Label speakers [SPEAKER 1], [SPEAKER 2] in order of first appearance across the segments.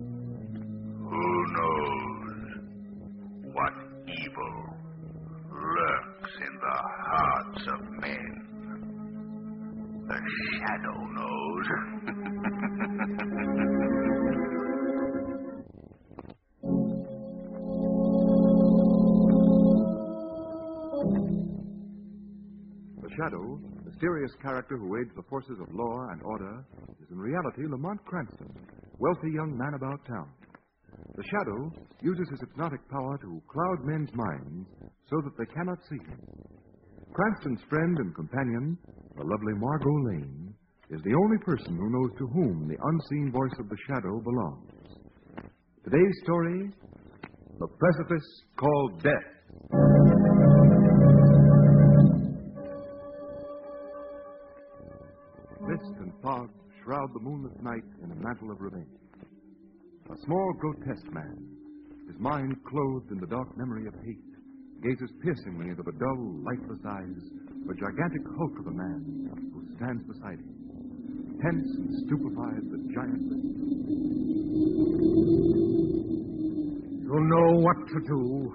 [SPEAKER 1] Who knows what evil lurks in the hearts of men? The shadow knows.
[SPEAKER 2] The Shadow, the serious character who aids the forces of law and order, is in reality Lamont Cranston, wealthy young man about town. The Shadow uses his hypnotic power to cloud men's minds so that they cannot see him. Cranston's friend and companion, the lovely Margot Lane, is the only person who knows to whom the unseen voice of the Shadow belongs. Today's story The Precipice Called Death. Mist and fog shroud the moonless night in a mantle of revenge. A small, grotesque man, his mind clothed in the dark memory of hate, gazes piercingly into the dull, lifeless eyes of a gigantic hulk of a man who stands beside him. Tense and stupefied, the giant listens.
[SPEAKER 3] You know what to do.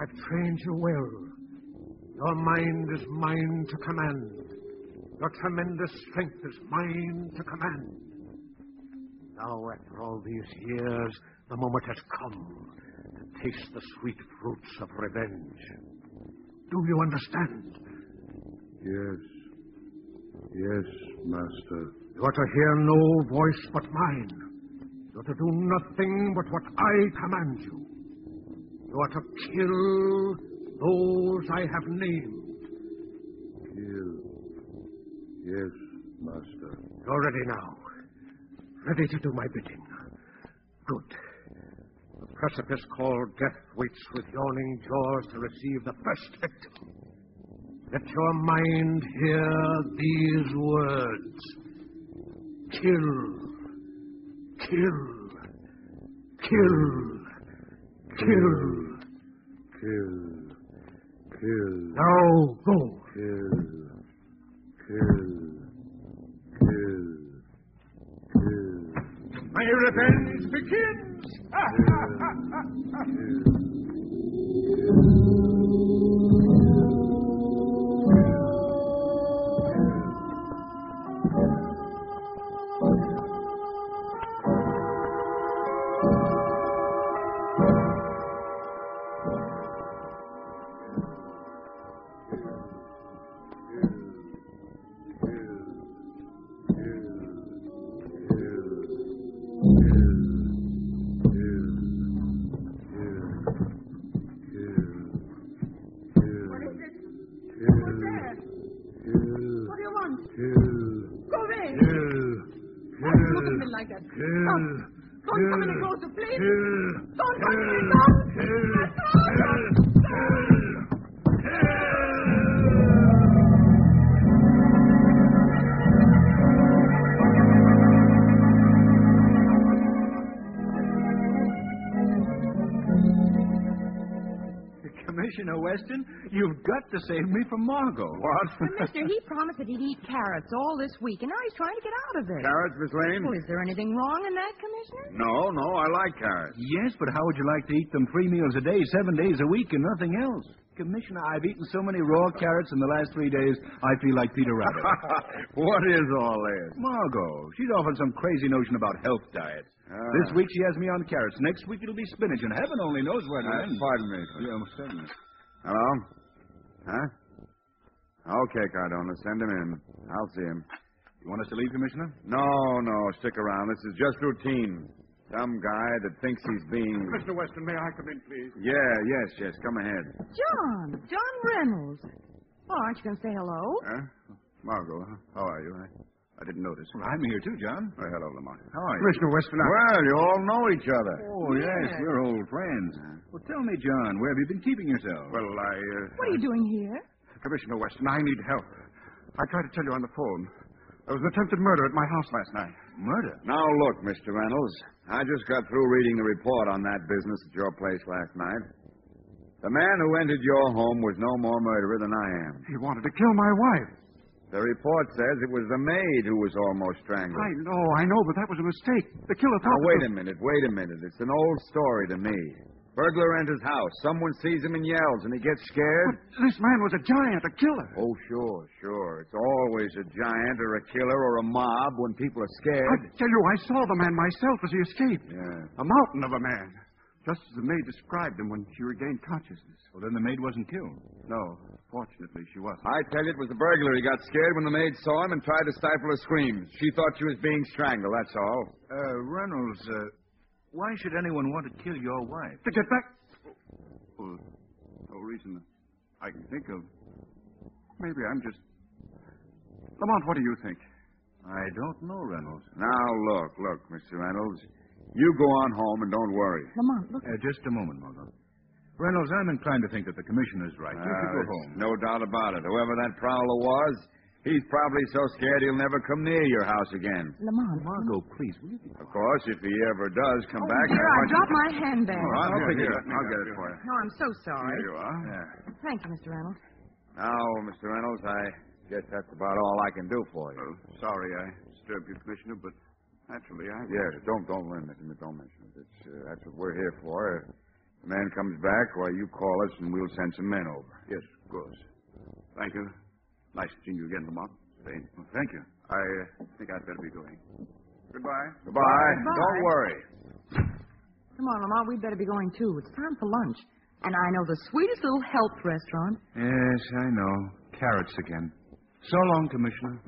[SPEAKER 3] I've trained you well. Your mind is mine to command. Your tremendous strength is mine to command. Now, after all these years, the moment has come to taste the sweet fruits of revenge. Do you understand?
[SPEAKER 4] Yes. Yes, Master.
[SPEAKER 3] You are to hear no voice but mine. You are to do nothing but what I command you. You are to kill those I have named.
[SPEAKER 4] Kill. Yes, Master.
[SPEAKER 3] You're ready now. Ready to do my bidding. Good. The precipice called death waits with yawning jaws to receive the first victim. Let your mind hear these words. Kill. Kill. Kill. Kill.
[SPEAKER 4] Kill. Kill.
[SPEAKER 3] Now go.
[SPEAKER 4] Kill. Kill. Kill. Kill.
[SPEAKER 3] My revenge begins.
[SPEAKER 5] What is it? Who's
[SPEAKER 4] Kill.
[SPEAKER 5] there?
[SPEAKER 4] Kill.
[SPEAKER 5] What do you want?
[SPEAKER 4] Kill.
[SPEAKER 5] Go away!
[SPEAKER 4] Kill.
[SPEAKER 5] Don't look at me like that. Stop. Don't come any closer, please. Don't touch me, Tom.
[SPEAKER 6] Commissioner Weston, you've got to save me from Margot. What?
[SPEAKER 7] Mister, he promised that he'd eat carrots all this week, and now he's trying to get out of it.
[SPEAKER 6] Carrots, Miss
[SPEAKER 7] Well,
[SPEAKER 6] Lane?
[SPEAKER 7] is there anything wrong in that, Commissioner?
[SPEAKER 6] No, no, I like carrots. Yes, but how would you like to eat them three meals a day, seven days a week, and nothing else? Commissioner, I've eaten so many raw carrots in the last three days, I feel like Peter Rabbit.
[SPEAKER 4] What is all this?
[SPEAKER 6] Margot, she's off on some crazy notion about health diets.
[SPEAKER 4] Ah.
[SPEAKER 6] This week she has me on carrots. Next week it'll be spinach, and heaven only knows where
[SPEAKER 4] Uh,
[SPEAKER 6] to end.
[SPEAKER 4] pardon me.
[SPEAKER 6] Yeah, most certainly.
[SPEAKER 4] Hello? Huh? Okay, Cardona, send him in. I'll see him.
[SPEAKER 6] You want us to leave, Commissioner?
[SPEAKER 4] No, no, stick around. This is just routine. Some guy that thinks he's being.
[SPEAKER 3] Mr. Weston, may I come in, please?
[SPEAKER 4] Yeah, yes, yes, come ahead.
[SPEAKER 7] John, John Reynolds. Well, aren't you going to say hello?
[SPEAKER 4] Huh? Margot, huh? how are you? I, I didn't notice.
[SPEAKER 6] Well, I'm here too, John.
[SPEAKER 4] Well, hello, Lamont.
[SPEAKER 6] How are you?
[SPEAKER 3] Commissioner Weston, I...
[SPEAKER 4] Well, you all know each other.
[SPEAKER 6] Oh, yes, we're old friends. Well, tell me, John, where have you been keeping yourself?
[SPEAKER 4] Well, I. Uh,
[SPEAKER 7] What are you doing here?
[SPEAKER 4] Commissioner Weston, I need help. I tried to tell you on the phone. There was an attempted murder at my house last night.
[SPEAKER 8] Murder?
[SPEAKER 4] Now, look, Mr. Reynolds, I just got through reading the report on that business at your place last night. The man who entered your home was no more murderer than I am.
[SPEAKER 2] He wanted to kill my wife.
[SPEAKER 4] The report says it was the maid who was almost strangled.
[SPEAKER 2] I know, I know, but that was a mistake. The killer
[SPEAKER 4] Now,
[SPEAKER 2] thought.
[SPEAKER 4] wait a minute, wait a minute. It's an old story to me. Burglar enters house. Someone sees him and yells, and he gets scared.
[SPEAKER 2] This man was a giant, a killer.
[SPEAKER 4] Oh, sure, sure. It's always a giant or a killer or a mob when people are scared.
[SPEAKER 2] I tell you, I saw the man myself as he escaped.
[SPEAKER 4] Yeah.
[SPEAKER 2] A mountain of a man. Just as the maid described him when she regained consciousness.
[SPEAKER 8] Well, then the maid wasn't killed.
[SPEAKER 2] No, fortunately, she wasn't.
[SPEAKER 4] I tell you, it was the burglar. He got scared when the maid saw him and tried to stifle her screams. She thought she was being strangled, that's all.
[SPEAKER 8] Uh, Reynolds, uh, why should anyone want to kill your wife?
[SPEAKER 2] To get back.
[SPEAKER 4] Well, no reason I can think of. Maybe I'm just. Lamont, what do you think?
[SPEAKER 8] I don't know, Reynolds.
[SPEAKER 4] Now, look, look, Mr. Reynolds. You go on home and don't worry.
[SPEAKER 7] Lamont, look.
[SPEAKER 8] Uh, just a moment, Margot. Reynolds, I'm inclined to think that the commissioner's right. you should
[SPEAKER 4] Uh,
[SPEAKER 8] go
[SPEAKER 4] there's
[SPEAKER 8] home.
[SPEAKER 4] No doubt about it. Whoever that prowler was, he's probably so scared he'll never come near your house again.
[SPEAKER 7] Lamont.
[SPEAKER 8] Margot, please, will you be
[SPEAKER 4] Of course, if he ever does come
[SPEAKER 7] Oh,
[SPEAKER 4] back, I
[SPEAKER 7] dear, I
[SPEAKER 4] want you-
[SPEAKER 7] dropped my handbag.
[SPEAKER 4] Oh, I'll
[SPEAKER 8] Here,
[SPEAKER 4] figure
[SPEAKER 8] here,
[SPEAKER 4] it.
[SPEAKER 8] let me
[SPEAKER 4] I'll
[SPEAKER 8] get
[SPEAKER 4] get
[SPEAKER 8] it
[SPEAKER 4] it for you.
[SPEAKER 7] No, I'm so sorry.
[SPEAKER 4] Here you are.
[SPEAKER 7] Thank you, Mr. Reynolds.
[SPEAKER 4] Now, Mr. Reynolds, I guess that's about all I can do for you.
[SPEAKER 2] Oh. sorry I disturbed you, Commissioner, but naturally I.
[SPEAKER 4] Yeah, don't don't mention it. Don't mention it. It's, uh, that's what we're here for. If the man comes back, why you call us and we'll send some men over.
[SPEAKER 2] Yes, of course. Thank you. Nice seeing you again, Lamont. Thank you. I uh, think I'd better be going. Goodbye.
[SPEAKER 4] Goodbye. Don't worry.
[SPEAKER 7] Come on, Lamont, we'd better be going too. It's time for lunch. And I know the sweetest little health restaurant.
[SPEAKER 8] Yes, I know. Carrots again. So long, Commissioner.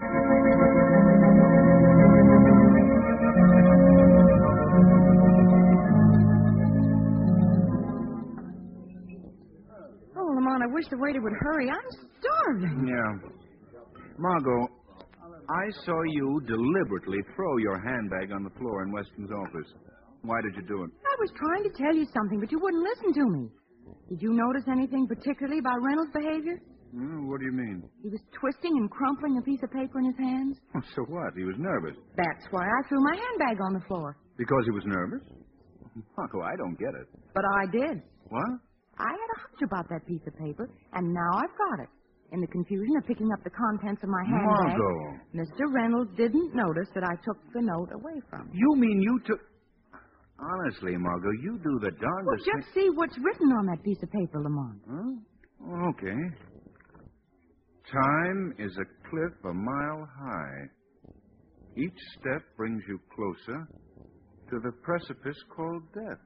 [SPEAKER 7] Oh, Lamont, I wish the waiter would hurry. I'm starving.
[SPEAKER 8] Yeah. Margot, I saw you deliberately throw your handbag on the floor in Weston's office. Why did you do it?
[SPEAKER 7] I was trying to tell you something, but you wouldn't listen to me. Did you notice anything particularly about Reynolds' behavior?
[SPEAKER 8] Hmm, what do you mean?
[SPEAKER 7] He was twisting and crumpling a piece of paper in his hands.
[SPEAKER 8] So what? He was nervous.
[SPEAKER 7] That's why I threw my handbag on the floor.
[SPEAKER 8] Because he was nervous? Margot, I don't get it.
[SPEAKER 7] But I did.
[SPEAKER 8] What?
[SPEAKER 7] I had a hunch about that piece of paper, and now I've got it. In the confusion of picking up the contents of my handbag,
[SPEAKER 8] Margot.
[SPEAKER 7] Mr. Reynolds didn't notice that I took the note away from him.
[SPEAKER 8] You mean you took. Honestly, Margot, you do the
[SPEAKER 7] Well,
[SPEAKER 8] darndest
[SPEAKER 7] just see what's written on that piece of paper, Lamont.
[SPEAKER 8] Huh? Oh, Okay. Time is a cliff a mile high. Each step brings you closer to the precipice called death.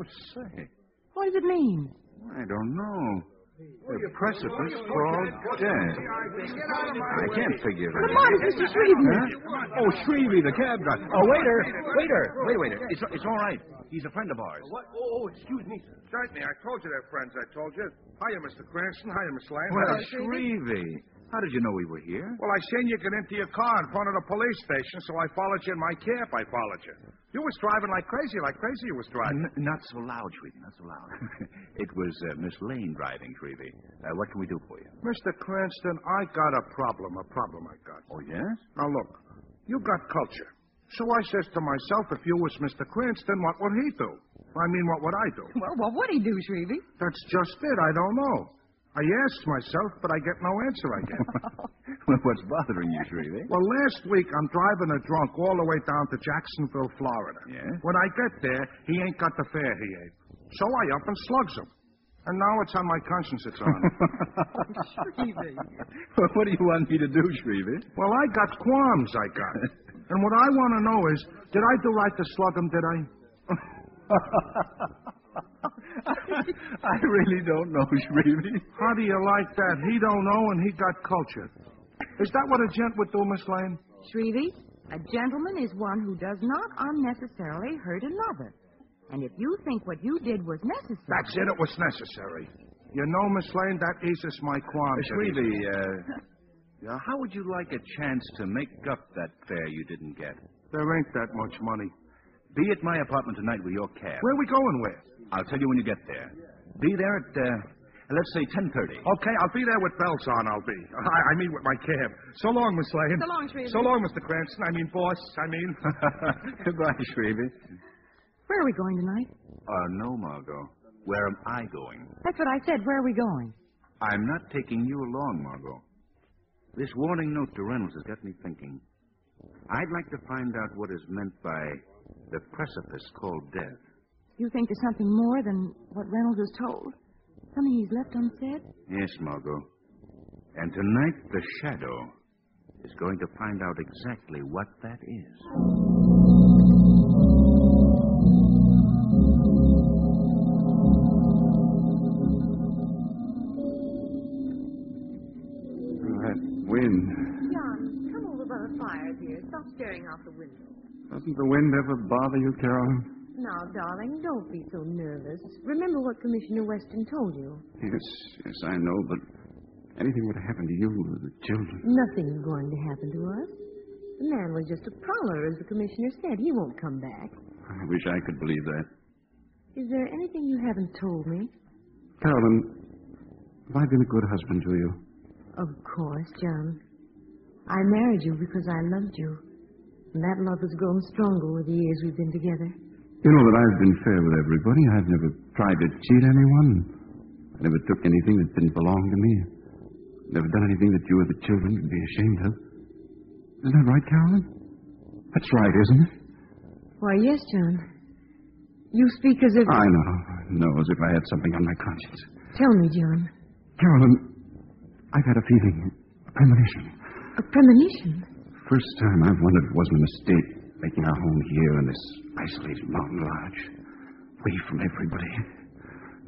[SPEAKER 8] Oh, say,
[SPEAKER 7] What does it mean?
[SPEAKER 8] I don't know. The precipice called death. I can't figure it out.
[SPEAKER 7] Lamont, it's Mr. Shreveport.
[SPEAKER 8] Huh? Oh, Shrevey, the cab driver. Oh, waiter, waiter, wait, waiter. It's, it's all right. He's a friend of ours.
[SPEAKER 3] What? Oh, oh, excuse me. Certainly, I told you they're friends. I told you. Hiya, Mr. Cranston. Hiya, Miss Lang.
[SPEAKER 8] Well,
[SPEAKER 3] Hiya.
[SPEAKER 8] Shrevey, how did you know we were here?
[SPEAKER 3] Well, I seen you get into your car in front of the police station, so I followed you in my cab. I followed you. You was driving like crazy, like crazy you was driving.
[SPEAKER 8] N- not so loud, Shrevey, not so loud. it was uh, Miss Lane driving, Shrevey. Uh, what can we do for you?
[SPEAKER 3] Mr. Cranston, I got a problem, a problem I got.
[SPEAKER 8] Oh, yes?
[SPEAKER 3] Now, look, you got culture. So I says to myself, if you was Mr. Cranston, what would he do? I mean, what would I do?
[SPEAKER 7] Well, what would he do, Shrevey?
[SPEAKER 3] That's just it. I don't know. I asked myself, but I get no answer, I guess.
[SPEAKER 8] What's bothering you, Shrevey?
[SPEAKER 3] Well, last week I'm driving a drunk all the way down to Jacksonville, Florida.
[SPEAKER 8] Yeah?
[SPEAKER 3] When I get there, he ain't got the fare he ate. So I up and slugs him. And now it's on my conscience it's on.
[SPEAKER 8] Well, what do you want me to do, Shrevey?
[SPEAKER 3] well, I got qualms, I got. and what I want to know is, did I do right to slug him, did I?
[SPEAKER 8] I really don't know, Shrevey.
[SPEAKER 3] How do you like that? He don't know and he got culture. Is that what a gent would do, Miss Lane?
[SPEAKER 7] Shrevey, a gentleman is one who does not unnecessarily hurt another. And if you think what you did was necessary,
[SPEAKER 3] That's it. It was necessary. You know, Miss Lane, that eases my qualms.
[SPEAKER 8] Shrevey, uh, uh, how would you like a chance to make up that fare you didn't get?
[SPEAKER 3] There ain't that much money.
[SPEAKER 8] Be at my apartment tonight with your cab.
[SPEAKER 3] Where we going with?
[SPEAKER 8] I'll tell you when you get there. Be there at, uh,
[SPEAKER 3] Let's say 10.30.
[SPEAKER 9] Okay, I'll be there with bells on, I'll be. I, I mean with my cab. So long, Miss Lane.
[SPEAKER 7] So long, Shrevey.
[SPEAKER 9] So long, Mr. Cranston. I mean, boss. I mean...
[SPEAKER 3] Goodbye, Shrevey.
[SPEAKER 4] Where are we going tonight?
[SPEAKER 3] Uh, no, Margot. Where am I going?
[SPEAKER 4] That's what I said. Where are we going?
[SPEAKER 3] I'm not taking you along, Margot. This warning note to Reynolds has got me thinking. I'd like to find out what is meant by the precipice called death.
[SPEAKER 4] You think there's something more than what Reynolds was told? Something he's left unsaid?
[SPEAKER 3] Yes, Margot. And tonight, the shadow is going to find out exactly what that is.
[SPEAKER 2] That wind.
[SPEAKER 7] John, come over by the fire, dear. Stop staring out the window.
[SPEAKER 2] Doesn't the wind ever bother you, Carolyn?
[SPEAKER 7] Now, darling, don't be so nervous. Remember what Commissioner Weston told you.
[SPEAKER 2] Yes, yes, I know, but anything would happen to you or the children.
[SPEAKER 7] Nothing's going to happen to us. The man was just a prowler, as the commissioner said. He won't come back.
[SPEAKER 2] I wish I could believe that.
[SPEAKER 7] Is there anything you haven't told me?
[SPEAKER 2] Carolyn, have I been a good husband to you?
[SPEAKER 7] Of course, John. I married you because I loved you. And that love has grown stronger with the years we've been together.
[SPEAKER 2] You know that I've been fair with everybody. I've never tried to cheat anyone. I never took anything that didn't belong to me. Never done anything that you or the children could be ashamed of. Isn't that right, Carolyn? That's right, isn't it?
[SPEAKER 7] Why, yes, John. You speak as if.
[SPEAKER 2] I know. I know as if I had something on my conscience.
[SPEAKER 7] Tell me, John.
[SPEAKER 2] Carolyn, I've had a feeling, a premonition.
[SPEAKER 7] A premonition?
[SPEAKER 2] First time I've wondered if it wasn't a mistake making our home here in this isolated mountain lodge, away from everybody.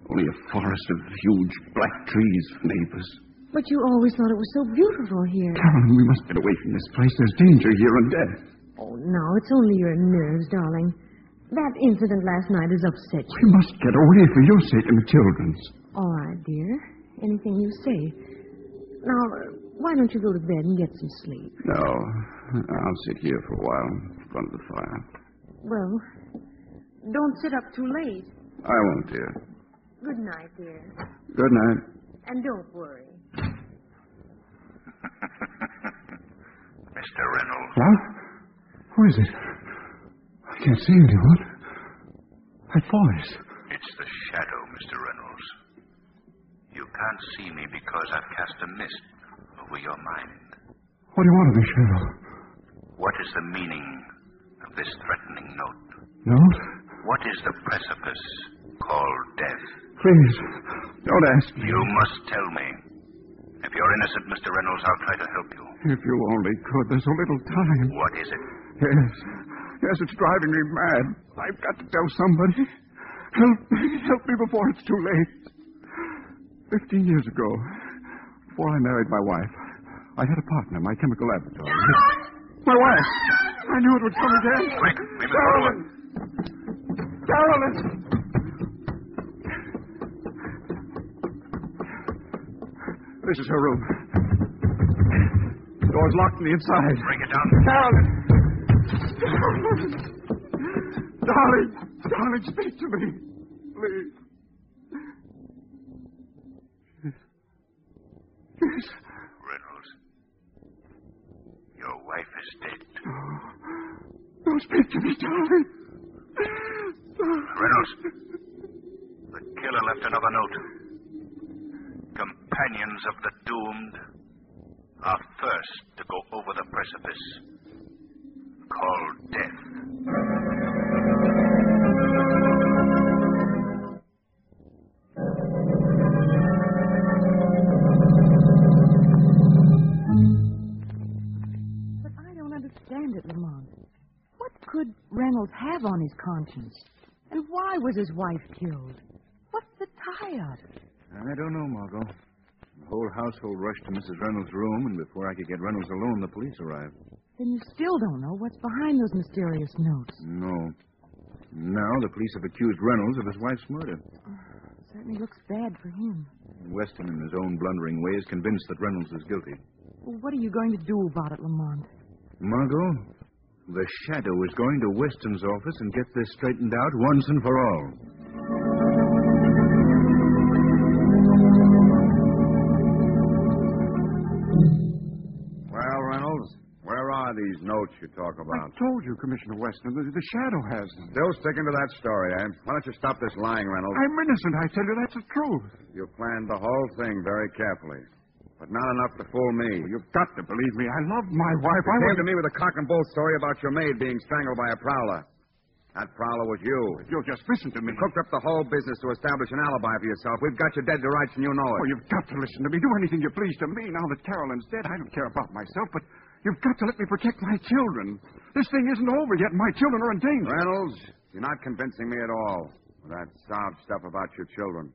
[SPEAKER 2] Only a forest of huge black trees for neighbors.
[SPEAKER 7] But you always thought it was so beautiful here.
[SPEAKER 2] Carolyn, we must get away from this place. There's danger here and death.
[SPEAKER 7] Oh, no, it's only your nerves, darling. That incident last night has upset you.
[SPEAKER 2] We must get away for your sake and the children's.
[SPEAKER 7] All right, dear. Anything you say. Now, uh, why don't you go to bed and get some sleep?
[SPEAKER 2] No, I'll sit here for a while in front of the fire.
[SPEAKER 7] Well, don't sit up too late.
[SPEAKER 2] I won't, dear.
[SPEAKER 7] Good night, dear.
[SPEAKER 2] Good night.
[SPEAKER 7] And don't worry.
[SPEAKER 1] Mr. Reynolds,
[SPEAKER 2] What? Who is it? I can't see anyone. That voice.
[SPEAKER 1] it's the shadow, Mr. Reynolds. You can't see me because I've cast a mist over your mind.
[SPEAKER 2] What do you want of me, Shadow?
[SPEAKER 1] What is the meaning of this threatening note?
[SPEAKER 2] No?
[SPEAKER 1] What is the precipice called death?
[SPEAKER 2] Please, don't ask me.
[SPEAKER 1] You must tell me. If you're innocent, Mr. Reynolds, I'll try to help you.
[SPEAKER 2] If you only could, there's so little time.
[SPEAKER 1] What is it?
[SPEAKER 2] Yes. Yes, it's driving me mad. I've got to tell somebody. Help me. Help me before it's too late. Fifteen years ago, before I married my wife, I had a partner, my chemical laboratory. My wife! I knew it would come again.
[SPEAKER 1] Quick, we must go.
[SPEAKER 2] Carolyn! Carolyn! This is her room. Door's locked on the inside.
[SPEAKER 1] Break it down.
[SPEAKER 2] Darling. darling, darling, speak to me. Please. Yes.
[SPEAKER 1] Reynolds, your wife is dead.
[SPEAKER 2] Don't speak to me, darling.
[SPEAKER 1] Reynolds, the killer left another note. Companions of the doomed are first to go over the precipice called death.
[SPEAKER 4] But I don't understand it, Lamont. What could Reynolds have on his conscience? And why was his wife killed? What's the tie up?
[SPEAKER 3] I don't know, Margot. The whole household rushed to Mrs. Reynolds' room, and before I could get Reynolds alone, the police arrived.
[SPEAKER 4] Then you still don't know what's behind those mysterious notes.
[SPEAKER 3] No. Now the police have accused Reynolds of his wife's murder.
[SPEAKER 4] certainly looks bad for him.
[SPEAKER 3] Weston, in his own blundering way, is convinced that Reynolds is guilty.
[SPEAKER 4] Well, what are you going to do about it, Lamont?
[SPEAKER 3] Margot, the shadow is going to Weston's office and get this straightened out once and for all.
[SPEAKER 6] Well, Reynolds, where are these notes you talk about?
[SPEAKER 2] I told you, Commissioner Weston, the, the shadow has them.
[SPEAKER 6] Still sticking to that story, eh? Why don't you stop this lying, Reynolds?
[SPEAKER 2] I'm innocent, I tell you. That's the truth.
[SPEAKER 6] You planned the whole thing very carefully, but not enough to fool me.
[SPEAKER 2] Well, you've got to believe me. I love my wife. I
[SPEAKER 6] You came
[SPEAKER 2] was...
[SPEAKER 6] to me with a cock and bull story about your maid being strangled by a prowler. That prowler was you.
[SPEAKER 2] You'll just listen to me.
[SPEAKER 6] You cooked up the whole business to establish an alibi for yourself. We've got you dead to rights, and you know
[SPEAKER 2] Oh,
[SPEAKER 6] it.
[SPEAKER 2] you've got to listen to me. Do anything you please to me. Now that Carolyn's dead, I don't care about myself, but you've got to let me protect my children. This thing isn't over yet. and My children are in danger.
[SPEAKER 6] Reynolds, you're not convincing me at all with that sob stuff about your children.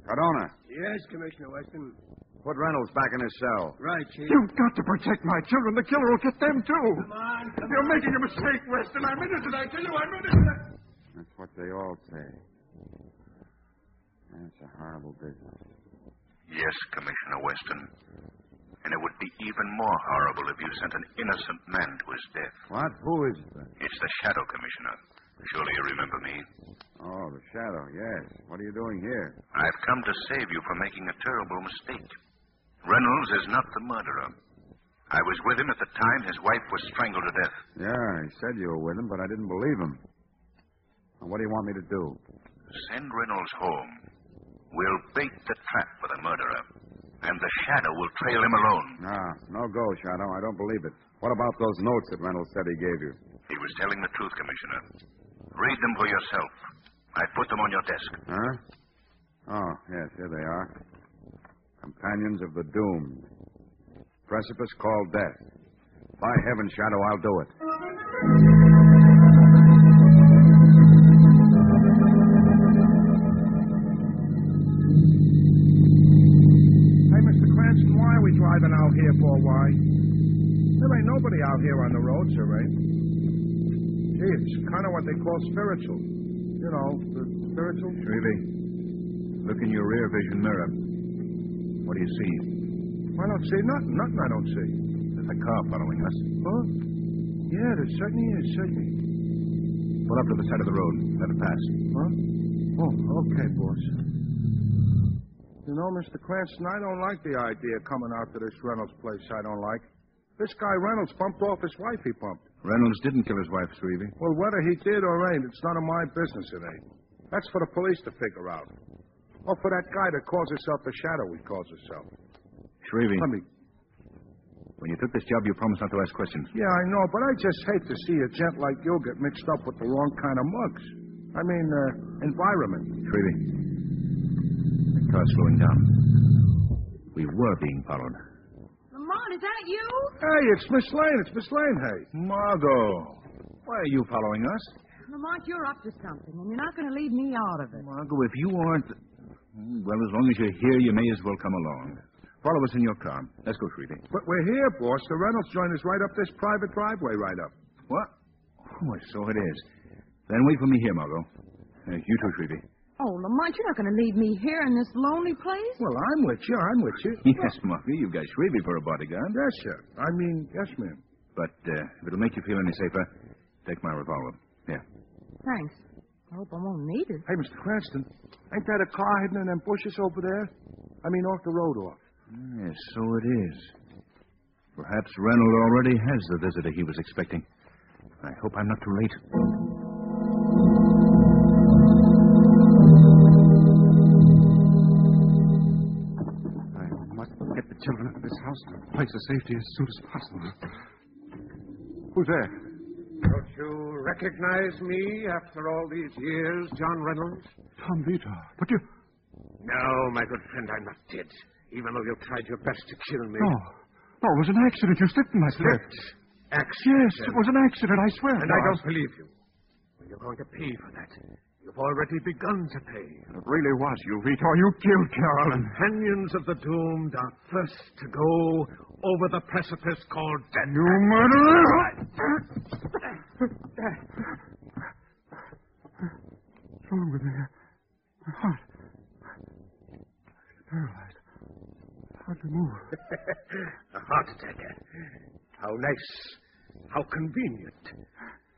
[SPEAKER 6] Cardona,
[SPEAKER 10] Yes, Commissioner Weston.
[SPEAKER 6] put Reynolds back in his cell.
[SPEAKER 10] Right, Chief.
[SPEAKER 2] You've got to protect my children. The killer will get them, too.
[SPEAKER 10] Come on, come
[SPEAKER 2] You're
[SPEAKER 10] on.
[SPEAKER 2] making a mistake, Weston. I'm innocent. I tell you, I'm innocent.
[SPEAKER 6] That's what they all say. That's a horrible business.
[SPEAKER 1] Yes, Commissioner Weston. And it would be even more horrible if you sent an innocent man to his death.
[SPEAKER 6] What? Who is it? then?
[SPEAKER 1] It's the Shadow Commissioner. Surely you remember me.
[SPEAKER 6] Oh, the shadow, yes. What are you doing here?
[SPEAKER 1] I've come to save you from making a terrible mistake. Reynolds is not the murderer. I was with him at the time his wife was strangled to death.
[SPEAKER 6] Yeah, he said you were with him, but I didn't believe him. Now, what do you want me to do?
[SPEAKER 1] Send Reynolds home. We'll bait the trap for the murderer. And the shadow will trail him alone.
[SPEAKER 6] Ah, no go, Shadow. I don't believe it. What about those notes that Reynolds said he gave you?
[SPEAKER 1] He was telling the truth, Commissioner. Read them for yourself. I put them on your desk.
[SPEAKER 6] Huh? Oh, yes, here they are. Companions of the doomed. Precipice called death. By heaven, Shadow, I'll do it.
[SPEAKER 3] Hey, Mr. Cranston, why are we driving out here for? Why? There ain't nobody out here on the road, sir, ain't? Gee, it's kind of what they call spiritual. You know, the spiritual.
[SPEAKER 6] Shrevey, look in your rear vision mirror. What do you see?
[SPEAKER 3] I don't see nothing. Nothing I don't see.
[SPEAKER 6] There's a car following us.
[SPEAKER 3] Huh? Yeah, there certainly is, certainly.
[SPEAKER 6] Pull up to the side of the road. Let it pass.
[SPEAKER 3] Huh? Oh, okay, boss. You know, Mr. Cranston, I don't like the idea of coming out to this Reynolds place I don't like. This guy Reynolds bumped off his wife he bumped.
[SPEAKER 6] Reynolds didn't kill his wife, Shrevey.
[SPEAKER 3] Well, whether he did or ain't, it's none of my business, it ain't. That's for the police to figure out. Or for that guy that calls himself the shadow he calls himself.
[SPEAKER 6] Shrevey,
[SPEAKER 3] Let me.
[SPEAKER 6] when you took this job, you promised not to ask questions.
[SPEAKER 3] Yeah, I know, but I just hate to see a gent like you get mixed up with the wrong kind of mugs. I mean, uh, environment.
[SPEAKER 6] Shrevey, the car's slowing down. We were being followed.
[SPEAKER 7] Lamont, is that you?
[SPEAKER 3] Hey, it's Miss Lane. It's Miss Lane, hey.
[SPEAKER 6] Margot, why are you following us?
[SPEAKER 7] Lamont, you're up to something, and you're not going to leave me out of it.
[SPEAKER 6] Margot, if you aren't. Well, as long as you're here, you may as well come along. Follow us in your car. Let's go, Shrevey.
[SPEAKER 3] But we're here, boss. The Reynolds joint is right up this private driveway, right up.
[SPEAKER 6] What? Oh, so it is. Then wait for me here, Margot. Uh, you too, Shrevey.
[SPEAKER 7] Oh, Lamont, you're not going to leave me here in this lonely place?
[SPEAKER 3] Well, I'm with you. I'm with you.
[SPEAKER 6] Yes, Margot, you've got Shrevey for a bodyguard.
[SPEAKER 3] Yes, sir. I mean, yes, ma'am.
[SPEAKER 6] But uh, if it'll make you feel any safer, take my revolver. Here.
[SPEAKER 4] uh,
[SPEAKER 7] Thanks. I hope I won't need it.
[SPEAKER 3] Hey, Mr. Cranston, ain't that a car hidden in them bushes over there? I mean, off the road off.
[SPEAKER 6] Yes, so it is. Perhaps Reynold already has the visitor he was expecting. I hope I'm not too late.
[SPEAKER 2] I must get the children out of this house and place of safety as soon as possible. Who's there?
[SPEAKER 4] Don't you recognize me after all these years, John Reynolds?
[SPEAKER 2] Tom Vitor. But you.
[SPEAKER 4] No, my good friend, I'm not dead. Even though you tried your best to kill me.
[SPEAKER 2] No. No, it was an accident. You slipped in my slip.
[SPEAKER 4] Accident.
[SPEAKER 2] Yes, it was an accident, I swear.
[SPEAKER 4] And I don't believe you. Well, You're going to pay for that. You've already begun to pay.
[SPEAKER 2] It really was you, Vitor. You killed Carolyn.
[SPEAKER 4] Companions of the doomed are first to go over the precipice called death.
[SPEAKER 2] You murderer! What's wrong with me? My heart. Paralyzed. Hardly move.
[SPEAKER 4] A heart attack. How nice. How convenient.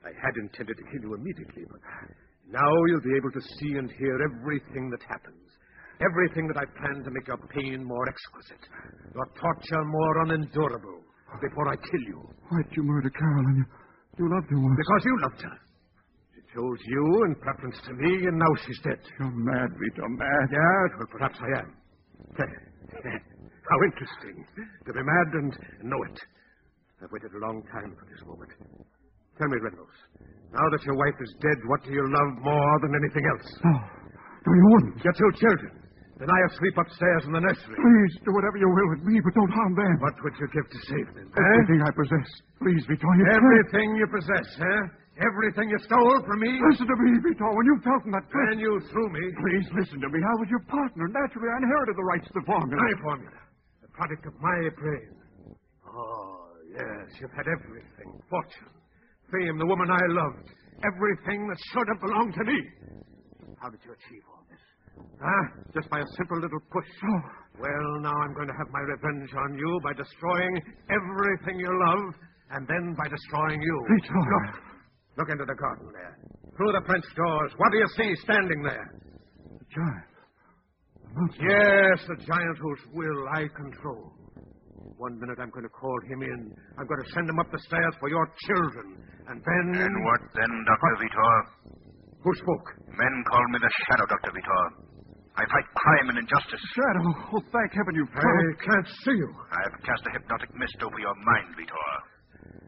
[SPEAKER 4] I had intended to kill you immediately, but now you'll be able to see and hear everything that happens.
[SPEAKER 3] Everything that I planned to make your pain more exquisite, your torture more unendurable, before I kill you.
[SPEAKER 4] Why'd you murder Carolyn? You, you loved her once.
[SPEAKER 3] Because you loved her. She chose you in preference to me, and now she's dead.
[SPEAKER 4] You're mad, Vito, mad.
[SPEAKER 3] Yes, well, perhaps I am. How interesting to be mad and know it. I've waited a long time for this moment. Tell me, Reynolds, now that your wife is dead, what do you love more than anything else?
[SPEAKER 4] No, no, you wouldn't.
[SPEAKER 3] Your two children. The Naya sleep upstairs in the nursery.
[SPEAKER 4] Please, do whatever you will with me, but don't harm them.
[SPEAKER 3] What would you give to save them?
[SPEAKER 4] Everything eh? I possess. Please, Vittorio.
[SPEAKER 3] Everything you possess, eh? Everything you stole from me?
[SPEAKER 4] Listen to me, Vito. When you fell from that cliff...
[SPEAKER 3] And you threw me.
[SPEAKER 4] Please listen to me. I was your partner. Naturally, I inherited the rights to the formula.
[SPEAKER 3] My formula. The product of my brain. Oh, yes. You've had everything. Fortune, fame, the woman I loved. Everything that should have belonged to me. How did you achieve all this? Ah, just by a simple little push.
[SPEAKER 4] Oh.
[SPEAKER 3] Well, now I'm going to have my revenge on you by destroying everything you love, and then by destroying you.
[SPEAKER 4] Vito.
[SPEAKER 3] Look, look into the garden there. Through the French doors. What do you see standing there?
[SPEAKER 4] The giant. The monster.
[SPEAKER 3] Yes, the giant whose will I control. One minute I'm going to call him in. I'm going to send him up the stairs for your children. And then.
[SPEAKER 1] And what then, Dr. Vitor?
[SPEAKER 3] Who spoke?
[SPEAKER 1] Men call me the Shadow, Dr. Vitor. I fight crime and injustice.
[SPEAKER 4] Shadow? Oh, thank heaven you've come.
[SPEAKER 3] I can't see you.
[SPEAKER 1] I've cast a hypnotic mist over your mind, Vitor.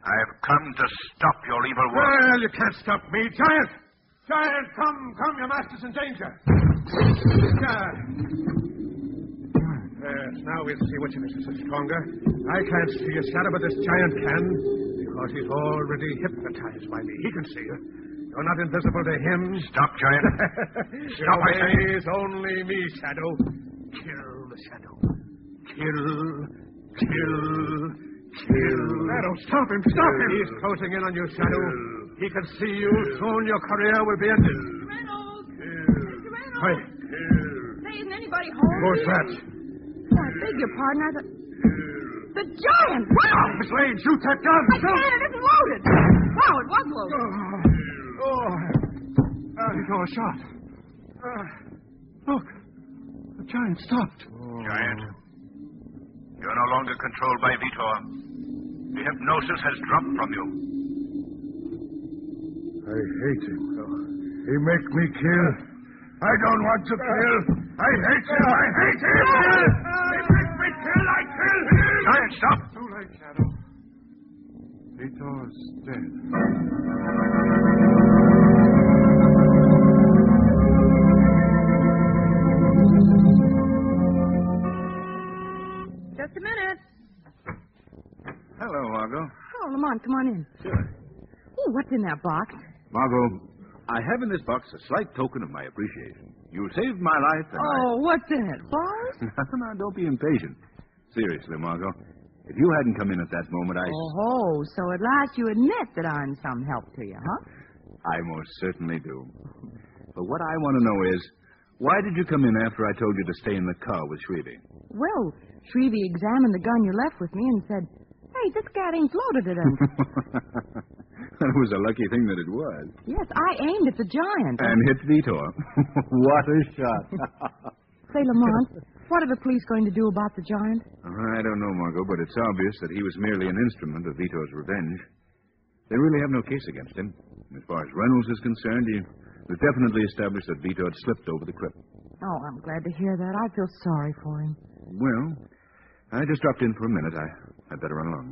[SPEAKER 1] I've come to stop your evil work.
[SPEAKER 3] Well, you can't stop me. Giant! Giant, come, come. Your master's in danger. Yeah. Yes, now we'll see which of us is stronger. I can't see a shadow, but this giant can, because he's already hypnotized by me. He can see you. You're not invisible to him.
[SPEAKER 1] Stop, Giant. Stop, I say.
[SPEAKER 3] It's only me, Shadow. Kill the Shadow. Kill. Kill. Kill.
[SPEAKER 4] Shadow, stop him. Stop him.
[SPEAKER 3] He's closing in on you, Shadow. Kill. He can see you. Kill. Soon your career will be ended.
[SPEAKER 11] Mr. Reynolds. Mr. Reynolds.
[SPEAKER 3] Wait.
[SPEAKER 11] There isn't anybody home.
[SPEAKER 3] Who's that?
[SPEAKER 7] Oh, I beg your pardon. I thought... The giant! Wow!
[SPEAKER 3] Miss Lane, shoot that gun!
[SPEAKER 11] I can't. It isn't loaded. Wow, it was loaded.
[SPEAKER 4] Oh. Oh,
[SPEAKER 3] Oh.
[SPEAKER 4] uh, he got a shot. Uh, look, the giant stopped.
[SPEAKER 1] Oh. Giant, you're no longer controlled by Vitor. The hypnosis has dropped from you.
[SPEAKER 12] I hate him. He make me kill. I don't want to kill. I hate him. I hate him.
[SPEAKER 6] Ah!
[SPEAKER 12] He make me kill. I kill him.
[SPEAKER 1] Giant, stop.
[SPEAKER 4] Too late, Shadow. Vitor's dead.
[SPEAKER 11] Just a minute.
[SPEAKER 6] Hello, Margot.
[SPEAKER 7] Oh, Lamont, come on in.
[SPEAKER 6] Sure.
[SPEAKER 7] Oh, what's in that box?
[SPEAKER 6] Margot, I have in this box a slight token of my appreciation. You saved my life. And
[SPEAKER 7] oh, I... what's in it, boss?
[SPEAKER 6] no, no, don't be impatient. Seriously, Margot, if you hadn't come in at that moment, I.
[SPEAKER 7] Oh, so at last you admit that I'm some help to you, huh?
[SPEAKER 6] I most certainly do. But what I want to know is, why did you come in after I told you to stay in the car with Shrevey?
[SPEAKER 7] Well, Shrevey examined the gun you left with me and said, Hey, this cat ain't loaded it ain't.
[SPEAKER 6] it was a lucky thing that it was.
[SPEAKER 7] Yes, I aimed at the giant.
[SPEAKER 6] And hit Vitor. what a shot.
[SPEAKER 7] Say, Lamont, what are the police going to do about the giant?
[SPEAKER 6] Uh, I don't know, Margot, but it's obvious that he was merely an instrument of Vitor's revenge. They really have no case against him. As far as Reynolds is concerned, he was definitely established that Vito had slipped over the cliff.
[SPEAKER 7] Oh, I'm glad to hear that. I feel sorry for him.
[SPEAKER 6] Well, I just dropped in for a minute. I, I'd better run along.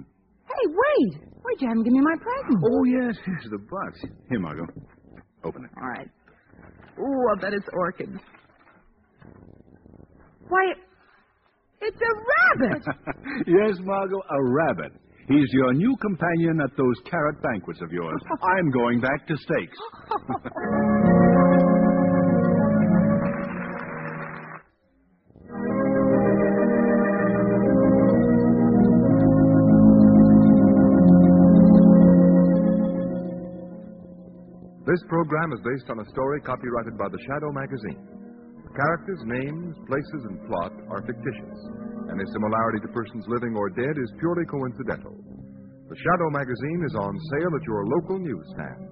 [SPEAKER 7] Hey, wait! Wait, you haven't given me my present.
[SPEAKER 6] Oh, yes, yes, the box. Here, Margot. Open it.
[SPEAKER 7] All right. Oh, I bet it's orchids. Why, it's a rabbit!
[SPEAKER 6] yes, Margot, a rabbit. He's your new companion at those carrot banquets of yours. I'm going back to steaks.
[SPEAKER 2] this program is based on a story copyrighted by the Shadow magazine. The characters, names, places, and plot are fictitious any similarity to persons living or dead is purely coincidental. The Shadow magazine is on sale at your local newsstand.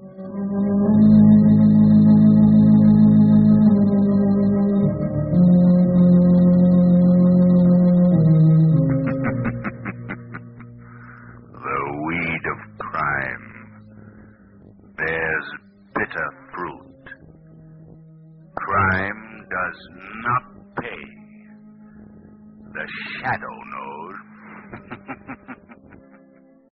[SPEAKER 1] does not pay. The shadow knows.